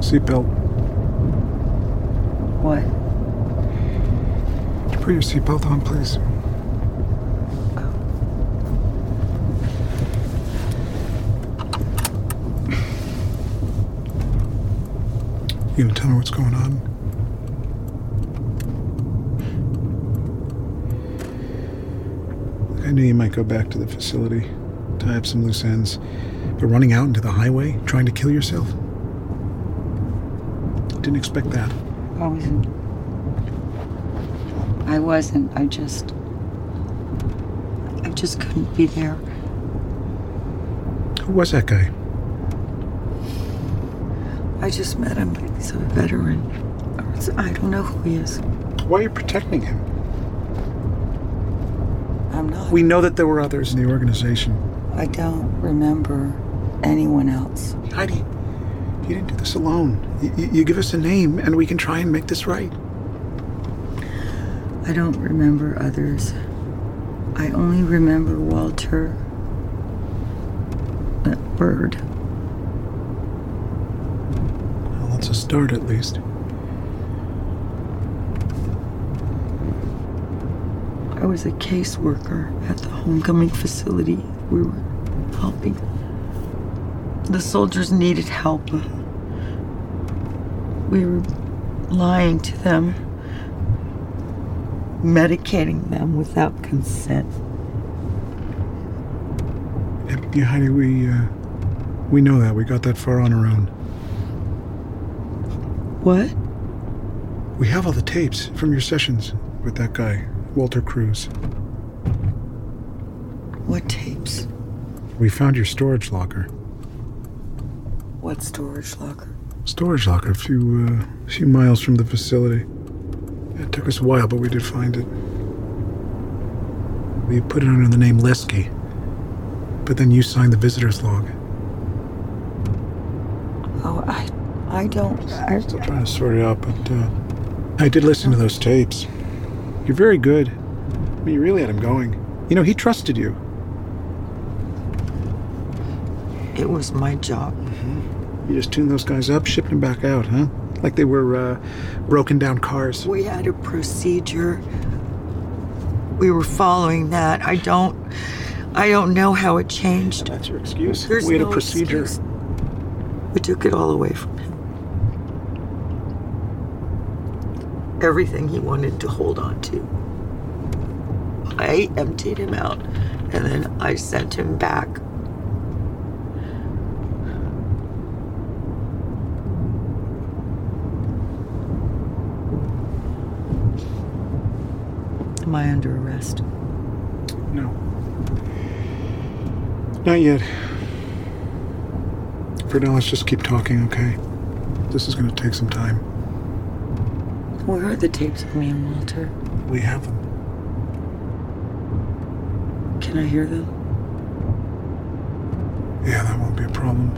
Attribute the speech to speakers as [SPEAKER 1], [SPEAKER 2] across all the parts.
[SPEAKER 1] Seatbelt.
[SPEAKER 2] What?
[SPEAKER 1] Could you Put your seatbelt on, please. You gonna tell me what's going on? I knew you might go back to the facility, tie up some loose ends, but running out into the highway, trying to kill yourself? Didn't expect that.
[SPEAKER 2] I wasn't. I wasn't. I just. I just couldn't be there.
[SPEAKER 1] Who was that guy?
[SPEAKER 2] I just met him, but he's a veteran. Or it's- I don't know who he is.
[SPEAKER 1] Why are you protecting him?
[SPEAKER 2] I'm not.
[SPEAKER 1] We know that there were others in the organization.
[SPEAKER 2] I don't remember anyone else.
[SPEAKER 1] Heidi, you didn't do this alone. Y- y- you give us a name, and we can try and make this right.
[SPEAKER 2] I don't remember others. I only remember Walter. That word.
[SPEAKER 1] Well, that's a start, at least.
[SPEAKER 2] I was a caseworker at the homecoming facility. We were helping. The soldiers needed help. We were lying to them, medicating them without consent.
[SPEAKER 1] Yeah, yeah, Heidi, we uh, we know that. We got that far on our own.
[SPEAKER 2] What?
[SPEAKER 1] We have all the tapes from your sessions with that guy, Walter Cruz.
[SPEAKER 2] What tapes?
[SPEAKER 1] We found your storage locker.
[SPEAKER 2] What storage locker?
[SPEAKER 1] Storage locker, a few uh, few miles from the facility. It took us a while, but we did find it. We put it under the name Lesky, but then you signed the visitor's log.
[SPEAKER 2] Oh, I, I don't. I,
[SPEAKER 1] I'm still trying to sort it out, but uh, I did listen to those tapes. You're very good. I mean, you really had him going. You know, he trusted you.
[SPEAKER 2] it was my job.
[SPEAKER 1] You just tuned those guys up, shipped them back out, huh? Like they were uh, broken down cars.
[SPEAKER 2] We had a procedure. We were following that. I don't. I don't know how it changed.
[SPEAKER 1] That's your excuse.
[SPEAKER 2] There's
[SPEAKER 1] we had
[SPEAKER 2] no
[SPEAKER 1] a procedure.
[SPEAKER 2] excuse. We took it all away from him. Everything he wanted to hold on to. I emptied him out and then I sent him back. Am I under arrest?
[SPEAKER 1] No. Not yet. For now, let's just keep talking, okay? This is going to take some time.
[SPEAKER 2] Where are the tapes of me and Walter?
[SPEAKER 1] We have them.
[SPEAKER 2] Can I hear them?
[SPEAKER 1] Yeah, that won't be a problem.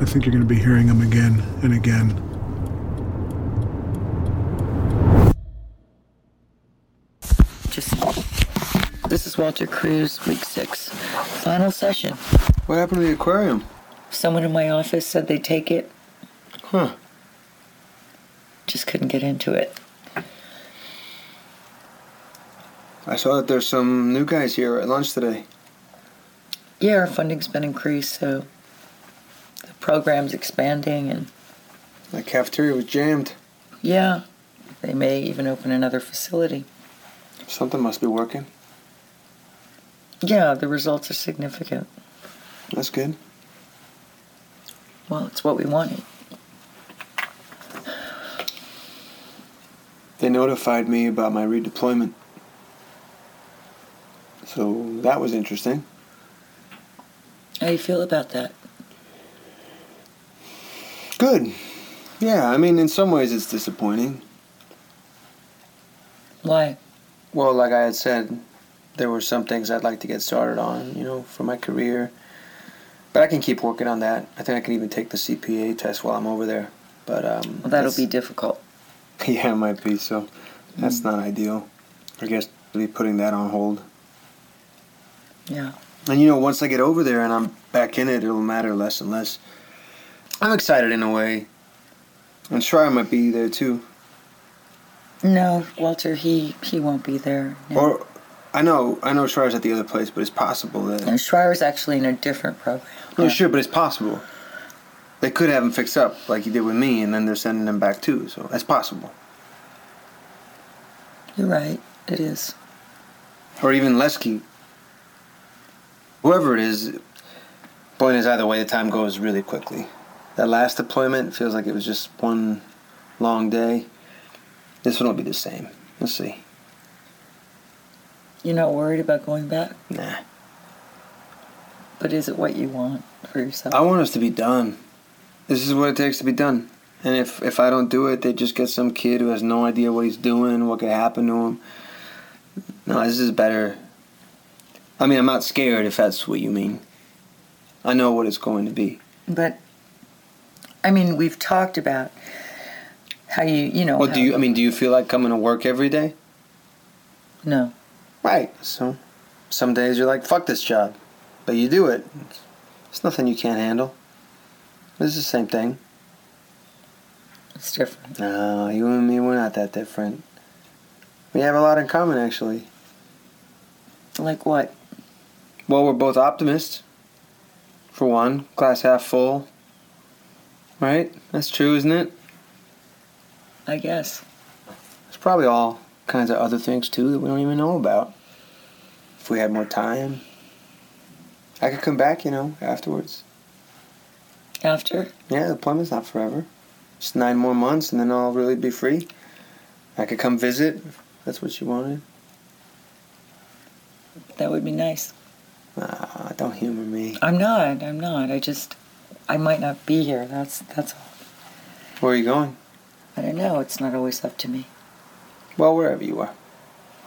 [SPEAKER 1] I think you're going to be hearing them again and again.
[SPEAKER 2] Just. This is Walter Cruz, week six, final session.
[SPEAKER 3] What happened to the aquarium?
[SPEAKER 2] Someone in my office said they'd take it,
[SPEAKER 3] Huh.
[SPEAKER 2] just couldn't get into it.
[SPEAKER 3] I saw that there's some new guys here at lunch today.
[SPEAKER 2] Yeah, our funding's been increased, so the program's expanding, and
[SPEAKER 3] The cafeteria was jammed.
[SPEAKER 2] yeah, they may even open another facility.
[SPEAKER 3] Something must be working.
[SPEAKER 2] Yeah, the results are significant.
[SPEAKER 3] That's good.
[SPEAKER 2] Well, it's what we wanted.
[SPEAKER 3] They notified me about my redeployment. So that was interesting.
[SPEAKER 2] How do you feel about that?
[SPEAKER 3] Good. Yeah, I mean, in some ways it's disappointing.
[SPEAKER 2] Why?
[SPEAKER 3] Well, like I had said, there were some things I'd like to get started on, you know, for my career. But I can keep working on that. I think I can even take the CPA test while I'm over there. But um,
[SPEAKER 2] Well, that'll
[SPEAKER 3] that's-
[SPEAKER 2] be difficult.
[SPEAKER 3] Yeah, it might be. So that's not ideal. I guess be putting that on hold.
[SPEAKER 2] Yeah.
[SPEAKER 3] And you know, once I get over there and I'm back in it, it'll matter less and less. I'm excited in a way. And Shrier might be there too.
[SPEAKER 2] No, Walter, he he won't be there. No.
[SPEAKER 3] Or I know I know Shrier's at the other place, but it's possible that
[SPEAKER 2] and Schreier's actually in a different program.
[SPEAKER 3] No,
[SPEAKER 2] Yeah.
[SPEAKER 3] sure, but it's possible. They could have him fixed up like you did with me, and then they're sending him back too. So that's possible,
[SPEAKER 2] You're right. It is.
[SPEAKER 3] or even Lesky. Whoever it is, point is either way. The time goes really quickly. That last deployment feels like it was just one long day. This one will be the same. We'll see.
[SPEAKER 2] You're not worried about going back,
[SPEAKER 3] Nah,
[SPEAKER 2] but is it what you want for yourself?
[SPEAKER 3] I want us to be done. This is what it takes to be done. And if if I don't do it, they just get some kid who has no idea what he's doing, what could happen to him. No, this is better. I mean, I'm not scared if that's what you mean. I know what it's going to be.
[SPEAKER 2] but I mean, we've talked about how you you know.
[SPEAKER 3] What do
[SPEAKER 2] how-
[SPEAKER 3] you? um, I mean, do you feel like coming to work every day?
[SPEAKER 2] No.
[SPEAKER 3] Right. So, some days you're like, "Fuck this job," but you do it. It's nothing you can't handle. This is the same thing.
[SPEAKER 2] It's different.
[SPEAKER 3] No, you and me, we're not that different. We have a lot in common, actually.
[SPEAKER 2] Like what?
[SPEAKER 3] Well, we're both optimists. For one, glass half full. Right? That's true, isn't it?
[SPEAKER 2] I guess.
[SPEAKER 3] There's probably all kinds of other things, too, that we don't even know about. If we had more time, I could come back, you know, afterwards.
[SPEAKER 2] After
[SPEAKER 3] Yeah, the deployment's not forever. It's nine more months, and then I'll really be free. I could come visit if that's what you wanted.
[SPEAKER 2] that would be nice.
[SPEAKER 3] Ah, don't humor me.
[SPEAKER 2] I'm not. I'm not. I just I might not be here. That's that's all.
[SPEAKER 3] Where are you going?
[SPEAKER 2] I don't know. It's not always up to me.
[SPEAKER 3] Well, wherever you are.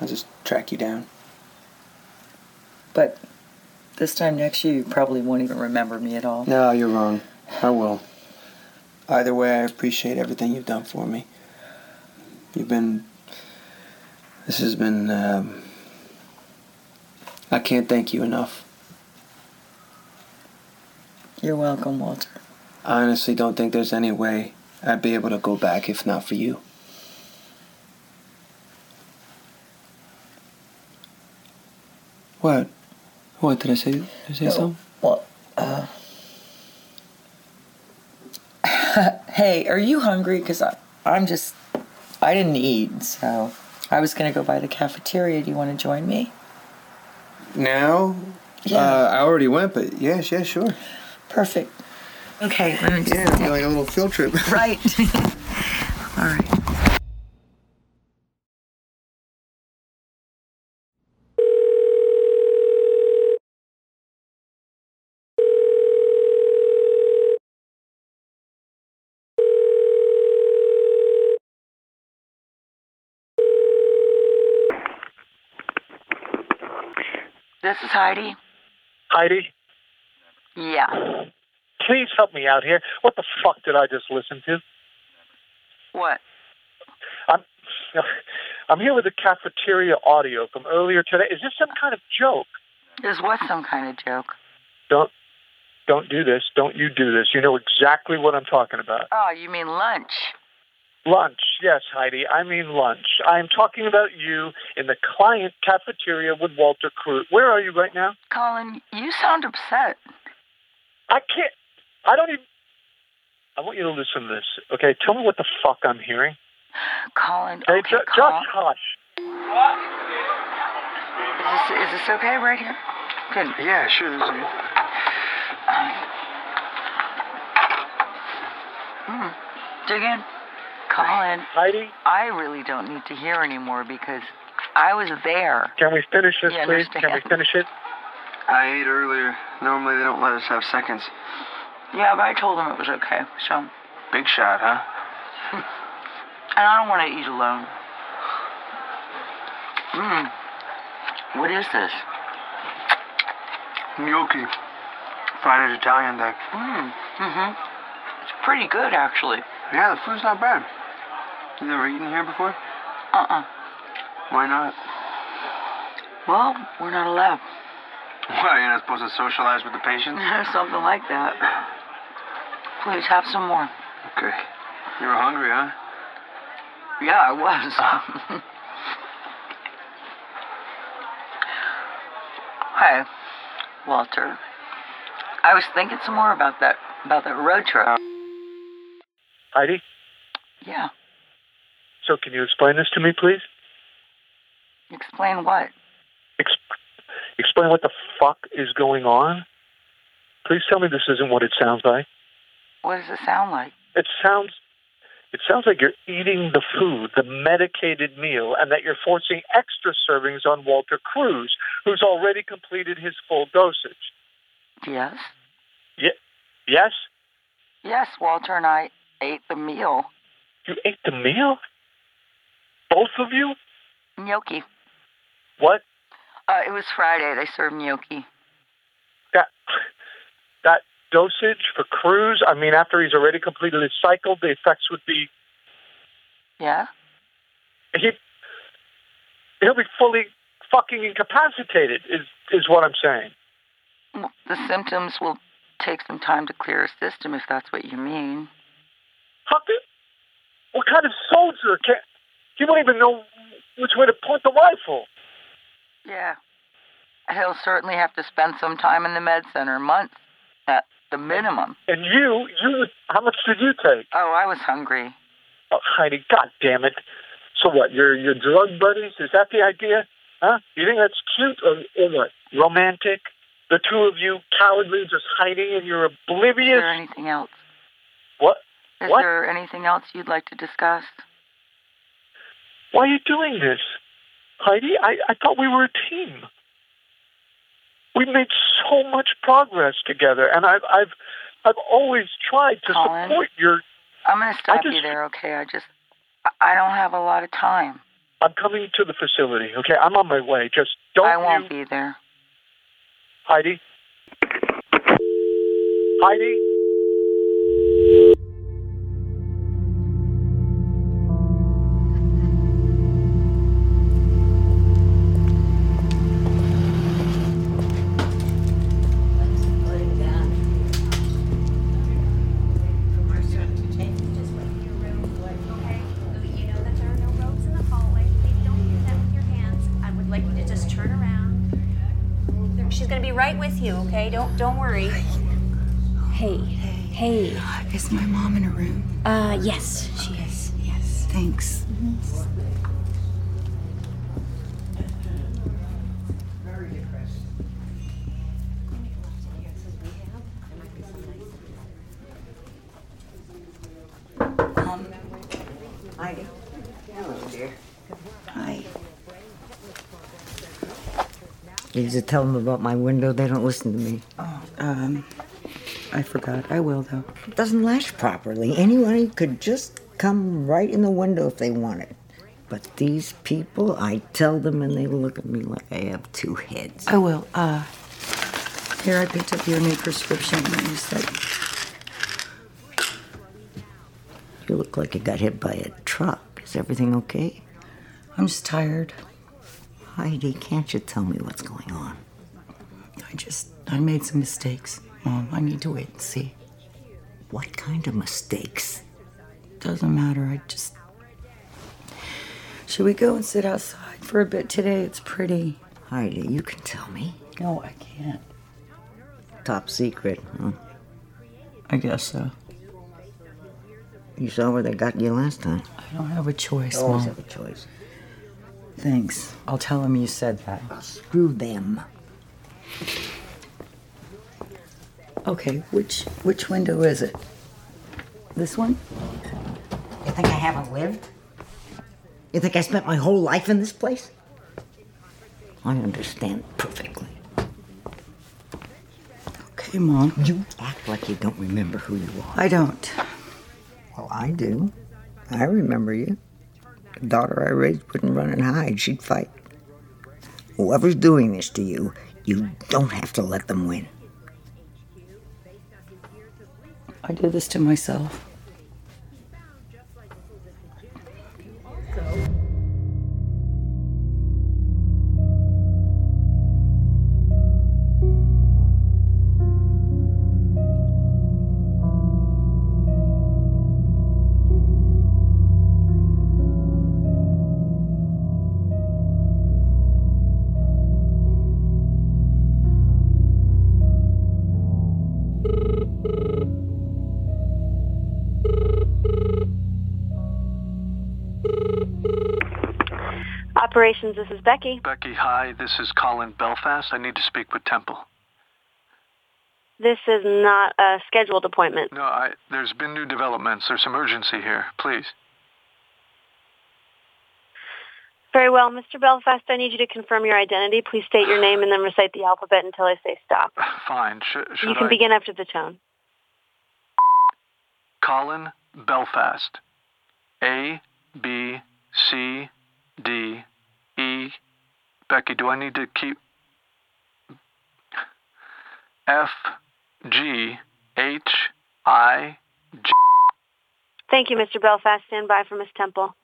[SPEAKER 3] I'll just track you down.
[SPEAKER 2] But this time next year, you probably won't even remember me at all.
[SPEAKER 3] No, you're wrong. I will. Either way, I appreciate everything you've done for me. You've been. This has been. Um, I can't thank you enough.
[SPEAKER 2] You're welcome, Walter.
[SPEAKER 3] I honestly don't think there's any way I'd be able to go back if not for you. What? What did I say? Did I say
[SPEAKER 2] No.
[SPEAKER 3] something?
[SPEAKER 2] Well, uh, hey, are you hungry? Because I'm just, I didn't eat, so I was going to go by the cafeteria. Do you want to join me?
[SPEAKER 3] Now?
[SPEAKER 2] Yeah.
[SPEAKER 3] Uh, I already went, but yes, yeah, sure.
[SPEAKER 2] Perfect. Okay, let me just.
[SPEAKER 3] Yeah, it'd be like a little field trip.
[SPEAKER 2] Right. All right.
[SPEAKER 4] This is Heidi.
[SPEAKER 5] Heidi,
[SPEAKER 4] Yeah.
[SPEAKER 5] please help me out here. What the fuck did I just listen to?
[SPEAKER 4] What?
[SPEAKER 5] I'm I'm here with the cafeteria audio from earlier today. Is this some kind of joke?
[SPEAKER 4] Is what some kind of joke?
[SPEAKER 5] Don't don't do this. Don't you do this. You know exactly what I'm talking about.
[SPEAKER 4] Oh, you mean lunch?
[SPEAKER 5] Lunch. Yes, Heidi. I mean lunch. I'm talking about you in the client cafeteria with Walter Crute. Where are you right now?
[SPEAKER 4] Colin, you sound upset.
[SPEAKER 5] I can't. I don't even. I want you to listen to this. Okay, tell me what the fuck I'm hearing.
[SPEAKER 4] Colin,
[SPEAKER 5] Hey,
[SPEAKER 4] okay,
[SPEAKER 5] ju-
[SPEAKER 4] Colin.
[SPEAKER 5] just hush.
[SPEAKER 4] Is this, is this okay right here? Good.
[SPEAKER 6] Yeah, sure. This is good.
[SPEAKER 4] Dig in. Colin,
[SPEAKER 5] Heidi,
[SPEAKER 4] I really don't need to hear anymore because I was there.
[SPEAKER 5] can we finish this,
[SPEAKER 4] Yeah,
[SPEAKER 5] please? Can we
[SPEAKER 4] understand.
[SPEAKER 5] finish it?
[SPEAKER 6] I ate earlier. Normally they don't let us have seconds.
[SPEAKER 4] Yeah, but I told him it was okay. So, and
[SPEAKER 6] Big shot, huh?
[SPEAKER 4] I don't want to eat alone. Mmm. Hmm. What is this?
[SPEAKER 6] Gnocchi. Friday's Italian thing.
[SPEAKER 4] Mmm. Mm-hmm. It's pretty good, actually.
[SPEAKER 6] Yeah, the food's not bad. You never eaten here before?
[SPEAKER 4] Uh-uh.
[SPEAKER 6] Why not?
[SPEAKER 4] Well, we're not allowed.
[SPEAKER 6] Why, you're not supposed to socialize with the patients?
[SPEAKER 4] Something like that. Please have some more.
[SPEAKER 3] Okay. You were hungry, huh?
[SPEAKER 4] Yeah, I was. Hi, Walter. I was thinking some more about that about that road trip.
[SPEAKER 5] Heidi,
[SPEAKER 4] Yeah.
[SPEAKER 5] so can you explain this to me, please?
[SPEAKER 4] Explain what?
[SPEAKER 5] Ex- explain what the fuck is going on? Please tell me this isn't what it sounds like.
[SPEAKER 4] What does it sound like?
[SPEAKER 5] It sounds it sounds like you're eating the food, the medicated meal, and that you're forcing extra servings on Walter Cruz, who's already completed his full dosage.
[SPEAKER 4] Yes.
[SPEAKER 5] Ye- yes?
[SPEAKER 4] Yes, Walter and I ate the meal.
[SPEAKER 5] You ate the meal? Both of you?
[SPEAKER 4] Gnocchi.
[SPEAKER 5] What?
[SPEAKER 4] Uh, it was Friday. They served gnocchi.
[SPEAKER 5] That that dosage for Cruz? I mean, after he's already completed his cycle, the effects would be
[SPEAKER 4] Yeah.
[SPEAKER 5] he he'll be fully fucking incapacitated. Is is what I'm saying.
[SPEAKER 4] Well, The symptoms will take some time to clear his system, if that's what you mean.
[SPEAKER 5] Fucking, what kind of soldier can? He won't even know which way to point the rifle.
[SPEAKER 4] Yeah. He'll certainly have to spend some time in the med center, months at the minimum.
[SPEAKER 5] And you, you, how much did you take?
[SPEAKER 4] Oh, I was hungry.
[SPEAKER 5] Oh, Heidi, god damn it. So what? Your your drug buddies? Is that the idea? Huh? You think that's cute or, or what? Romantic? The two of you cowardly just hiding and you're
[SPEAKER 4] Is
[SPEAKER 5] oblivious.
[SPEAKER 4] there anything else?
[SPEAKER 5] What?
[SPEAKER 4] Is
[SPEAKER 5] What?
[SPEAKER 4] there anything else you'd like to discuss?
[SPEAKER 5] Why are you doing this, Heidi? I, I thought we were a team. We made so much progress together, and I've I've I've always tried to
[SPEAKER 4] Colin?
[SPEAKER 5] support your.
[SPEAKER 4] I'm going to stop you
[SPEAKER 5] just-
[SPEAKER 4] there, okay? I just, I- I don't have a lot of time.
[SPEAKER 5] I'm coming to the facility. Okay, I'm on my way. Just don't
[SPEAKER 4] I won't
[SPEAKER 5] you,
[SPEAKER 4] be there.
[SPEAKER 5] Heidi. Heidi.
[SPEAKER 7] She's gonna be right with you, okay? Don't don't worry. Hey, hey.
[SPEAKER 2] Is my mom in her room?
[SPEAKER 7] Uh, yes, she is. Yes.
[SPEAKER 2] Thanks. Hi.
[SPEAKER 8] You just tell them about my window. They don't listen to me.
[SPEAKER 2] Um, I forgot. I will though.
[SPEAKER 8] It doesn't latch properly. Anyone could just come right in the window if they wanted. But these people, I tell them, and they look at me like I have two heads.
[SPEAKER 2] I will. Uh, here I picked up your new prescription that you said.
[SPEAKER 8] You look like you got hit by a truck. Is everything okay?
[SPEAKER 2] I'm just tired.
[SPEAKER 8] Heidi, can't you tell me what's going on?
[SPEAKER 2] I just I made some mistakes, Mom. I need to wait and see.
[SPEAKER 8] What kind of mistakes?
[SPEAKER 2] Doesn't matter. I just should we go and sit outside for a bit today? It's pretty.
[SPEAKER 8] Heidi, you can tell me.
[SPEAKER 2] No, I can't.
[SPEAKER 8] Top secret. Huh?
[SPEAKER 2] I guess so.
[SPEAKER 8] You saw where they got you last time.
[SPEAKER 2] I don't have a choice,
[SPEAKER 8] You always
[SPEAKER 2] Mom.
[SPEAKER 8] have a choice.
[SPEAKER 2] Thanks. I'll tell him you said that.
[SPEAKER 8] Screw them.
[SPEAKER 2] Okay, which which window is it? This one?
[SPEAKER 8] You think I haven't lived? You think I spent my whole life in this place? I understand perfectly.
[SPEAKER 2] Okay, Mom.
[SPEAKER 8] You act like you don't remember who you are.
[SPEAKER 2] I don't.
[SPEAKER 8] Well, Oh, I do. I remember you. The daughter I raised wouldn't run and hide, she'd fight. Whoever's doing this to you, you don't have to let them win.
[SPEAKER 2] I did this to myself.
[SPEAKER 9] Operations, this is Becky.
[SPEAKER 6] Becky, hi. This is Colin Belfast. I need to speak with Temple.
[SPEAKER 9] This is not a scheduled appointment.
[SPEAKER 6] No, I. There's been new developments. There's some urgency here. Please.
[SPEAKER 9] Very well, Mr. Belfast, I need you to confirm your identity. Please state your name and then recite the alphabet until I say stop.
[SPEAKER 6] Fine. Sh- should
[SPEAKER 9] you can
[SPEAKER 6] I?
[SPEAKER 9] begin after the tone.
[SPEAKER 6] Colin Belfast. A B C D E. Becky, do I need to keep F G H I?
[SPEAKER 9] Thank you, Mr. Belfast. Stand by for Miss Temple.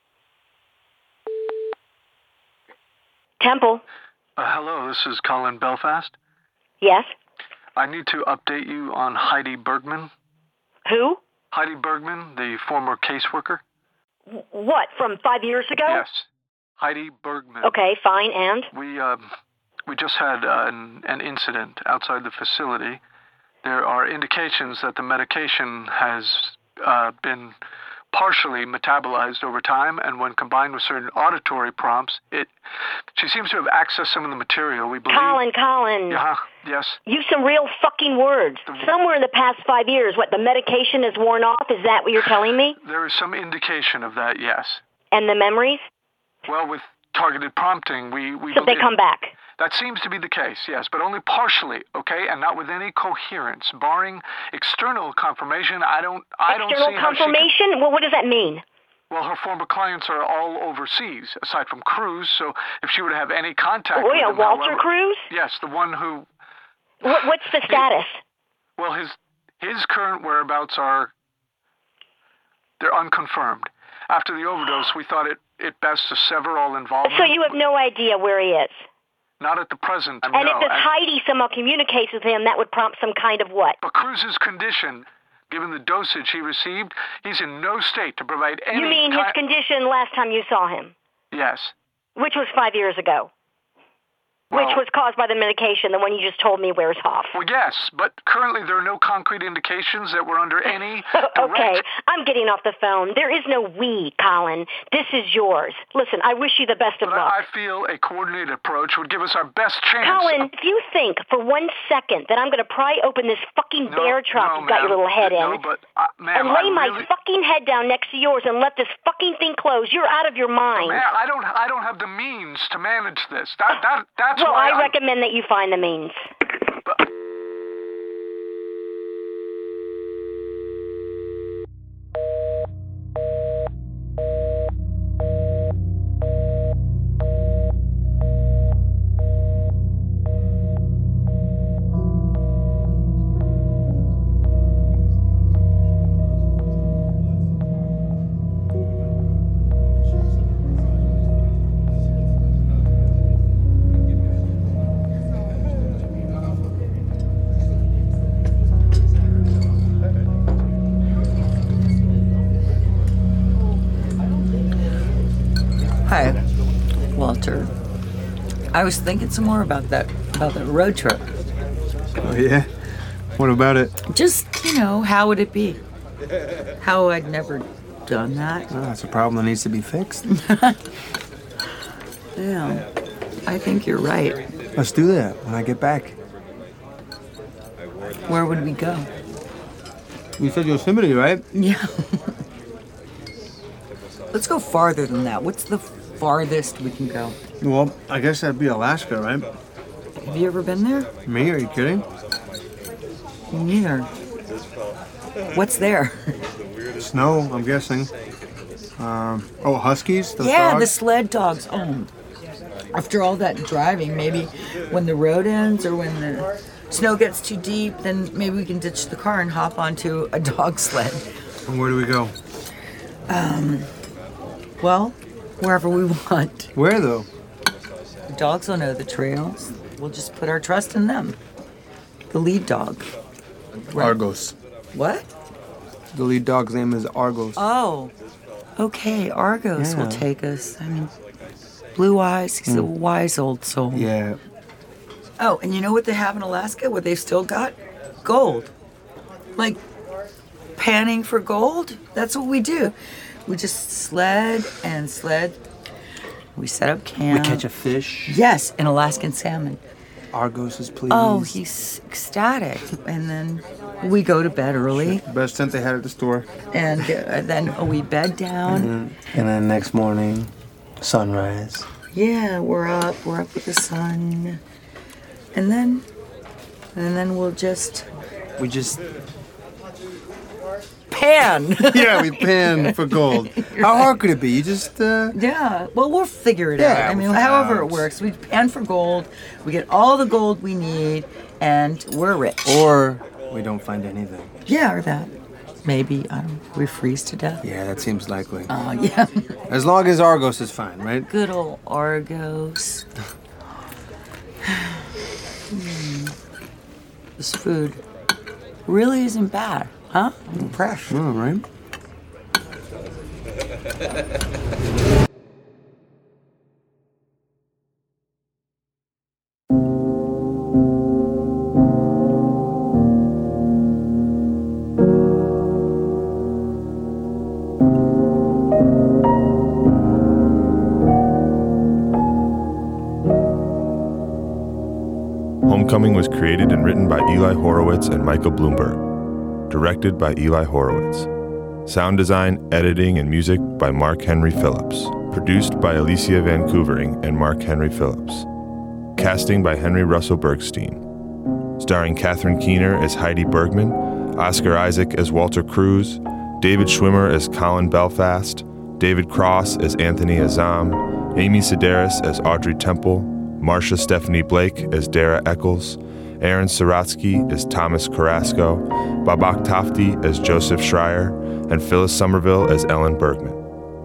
[SPEAKER 9] Temple?
[SPEAKER 6] Uh, hello, this is Colin Belfast.
[SPEAKER 9] Yes?
[SPEAKER 6] I need to update you on Heidi Bergman.
[SPEAKER 9] Who?
[SPEAKER 6] Heidi Bergman, the former caseworker.
[SPEAKER 9] W- What, from five years ago?
[SPEAKER 6] Yes, Heidi Bergman.
[SPEAKER 9] Okay, fine, and?
[SPEAKER 6] We um, we just had uh, an, an incident outside the facility. There are indications that the medication has uh, been partially metabolized over time, and when combined with certain auditory prompts, it she seems to have accessed some of the material. We believe.
[SPEAKER 10] Colin, Colin,
[SPEAKER 6] Yeah. Yes.
[SPEAKER 10] use some real fucking words. Somewhere in the past five years, what, the medication has worn off? Is that what you're telling me?
[SPEAKER 6] There is some indication of that. Yes.
[SPEAKER 10] And the memories?
[SPEAKER 6] Well, with targeted prompting, we we
[SPEAKER 10] So they
[SPEAKER 6] believe-
[SPEAKER 10] come back.
[SPEAKER 6] That seems to be the case, yes, but only partially, okay, and not with any coherence. Barring external confirmation, I don't, I
[SPEAKER 10] External
[SPEAKER 6] don't see how she.
[SPEAKER 10] confirmation? Well, what does that mean?
[SPEAKER 6] Could, well, her former clients are all overseas, aside from Cruz. So if she were to have any contact
[SPEAKER 10] Oh,
[SPEAKER 6] with
[SPEAKER 10] yeah,
[SPEAKER 6] them,
[SPEAKER 10] Walter
[SPEAKER 6] however-
[SPEAKER 10] Cruz?
[SPEAKER 6] Yes, the one who.
[SPEAKER 10] What, what's the status?
[SPEAKER 6] Well, his his current whereabouts are. They're unconfirmed. After the overdose, we thought it it best to sever all involvement.
[SPEAKER 10] So you have no idea where he is.
[SPEAKER 6] Not at the present. time,
[SPEAKER 10] And
[SPEAKER 6] no,
[SPEAKER 10] if this
[SPEAKER 6] and-
[SPEAKER 10] Heidi somehow communicates with him, that would prompt some kind of what?
[SPEAKER 6] But Cruz's condition, given the dosage he received, he's in no state to provide any.
[SPEAKER 10] You mean his
[SPEAKER 6] ki-
[SPEAKER 10] condition last time you saw him,
[SPEAKER 6] Yes.
[SPEAKER 10] which was five years ago, which
[SPEAKER 6] Well-
[SPEAKER 10] was caused by the medication, the one you just told me wears off.
[SPEAKER 6] Well, yes, but currently there are no concrete indications that we're under any
[SPEAKER 10] Oh,
[SPEAKER 6] direct.
[SPEAKER 10] Okay, I'm getting off the phone. There is no we, Colin. This is yours. Listen, I wish you the best of
[SPEAKER 6] But
[SPEAKER 10] luck.
[SPEAKER 6] I I feel a coordinated approach would give us our best chance.
[SPEAKER 10] Colin, if you think for one second that I'm going to pry open this fucking
[SPEAKER 6] No,
[SPEAKER 10] bear trap
[SPEAKER 6] no,
[SPEAKER 10] you've got your
[SPEAKER 6] ma'am.
[SPEAKER 10] little head in
[SPEAKER 6] No, but, uh, ma'am,
[SPEAKER 10] and lay
[SPEAKER 6] I
[SPEAKER 10] my
[SPEAKER 6] really-
[SPEAKER 10] fucking head down next to yours and let this fucking thing close, you're out of your mind.
[SPEAKER 6] Ma'am, I don't, I don't have the means to manage this. That, that, that's
[SPEAKER 10] well, I
[SPEAKER 6] why I'm-
[SPEAKER 10] recommend that you find the means.
[SPEAKER 2] Hi, Walter. I was thinking some more about that about the road trip.
[SPEAKER 11] Oh, yeah? What about it?
[SPEAKER 2] Just you know, how would it be? How I'd never done that.
[SPEAKER 11] Oh, it's a problem that needs to be fixed.
[SPEAKER 2] Yeah, I think you're right.
[SPEAKER 11] Let's do that when I get back.
[SPEAKER 2] Where would we go?
[SPEAKER 11] You said Yosemite, right?
[SPEAKER 2] Yeah. Let's go farther than that. What's the farthest we can go?
[SPEAKER 11] Well, I guess that'd be Alaska, right?
[SPEAKER 2] Have you ever been there?
[SPEAKER 11] Me? Are you kidding?
[SPEAKER 2] Me neither. What's there?
[SPEAKER 11] Snow, I'm guessing. Um, oh, huskies? Those
[SPEAKER 2] yeah, the
[SPEAKER 11] dogs?
[SPEAKER 2] sled dogs. Oh, after all that driving, maybe when the road ends or when the snow gets too deep, then maybe we can ditch the car and hop onto a dog sled.
[SPEAKER 11] And where do we go?
[SPEAKER 2] Um, well, wherever we want.
[SPEAKER 11] Where though?
[SPEAKER 2] The dogs will know the trails. We'll just put our trust in them. The lead dog. Right.
[SPEAKER 11] Argos.
[SPEAKER 2] What?
[SPEAKER 11] The lead dog's name is Argos.
[SPEAKER 2] Oh, okay. Argos will
[SPEAKER 11] Yeah.
[SPEAKER 2] take us. I mean, Blue Eyes, he's a
[SPEAKER 11] Mm.
[SPEAKER 2] wise old soul.
[SPEAKER 11] Yeah.
[SPEAKER 2] Oh, and you know what they have in Alaska? What they've still got? Gold. Like panning for gold? That's what we do. We just sled and sled We set up camp.
[SPEAKER 12] We catch a fish.
[SPEAKER 2] Yes, an Alaskan salmon.
[SPEAKER 12] Argos is pleased.
[SPEAKER 2] Oh, he's ecstatic. And then we go to bed early
[SPEAKER 11] Best tent they had at the store.
[SPEAKER 2] and uh, then we bed down.
[SPEAKER 12] Mhm. And then next morning, sunrise.
[SPEAKER 2] Yeah, we're up. We're up with the sun. And then, and then we'll just
[SPEAKER 12] We just
[SPEAKER 2] pan.
[SPEAKER 11] yeah, we pan for gold. How hard could it be? You just uh,
[SPEAKER 2] Yeah. Well, we'll figure it
[SPEAKER 11] Yeah,
[SPEAKER 2] out. I mean,
[SPEAKER 11] we'll figure
[SPEAKER 2] however
[SPEAKER 11] out.
[SPEAKER 2] it works, we pan for gold. We get all the gold we need, and we're rich.
[SPEAKER 11] Oh.
[SPEAKER 12] or we don't find anything.
[SPEAKER 2] yeah, or that. Maybe I don't. We freeze to death.
[SPEAKER 12] Yeah, that seems likely.
[SPEAKER 11] Uh.
[SPEAKER 2] Oh yeah.
[SPEAKER 12] As long as Argos is fine, right?
[SPEAKER 2] Good old Argos. Hmm. this food really isn't bad, huh? I'm impressed.
[SPEAKER 12] All right.
[SPEAKER 13] Homecoming was created and written by Eli Horowitz and Michael Bloomberg. Directed by Eli Horowitz. Sound design, editing, and music by Mark Henry Phillips. Produced by Alicia Vancouvering and Mark Henry Phillips. Casting by Henry Russell Bergstein. Starring Katherine Keener as Heidi Bergman, Oscar Isaac as Walter Cruz, David Schwimmer as Colin Belfast, David Cross as Anthony Azam, Amy Sedaris as Audrey Temple, Marcia Stephanie Blake as Dara Eccles, Aaron Saratsky as Thomas Carrasco, Babak Tafti as Joseph Schreier, and Phyllis Somerville as Ellen Bergman.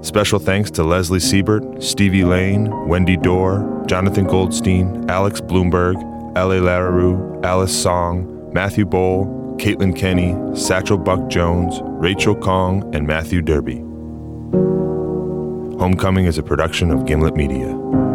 [SPEAKER 13] Special thanks to Leslie Siebert, Stevie Lane, Wendy Dorr, Jonathan Goldstein, Alex Bloomberg, L.A. Lararue, Alice Song, Matthew Bowl, Caitlin Kenny, Satchel Buck Jones, Rachel Kong, and Matthew Derby. Homecoming is a production of Gimlet Media.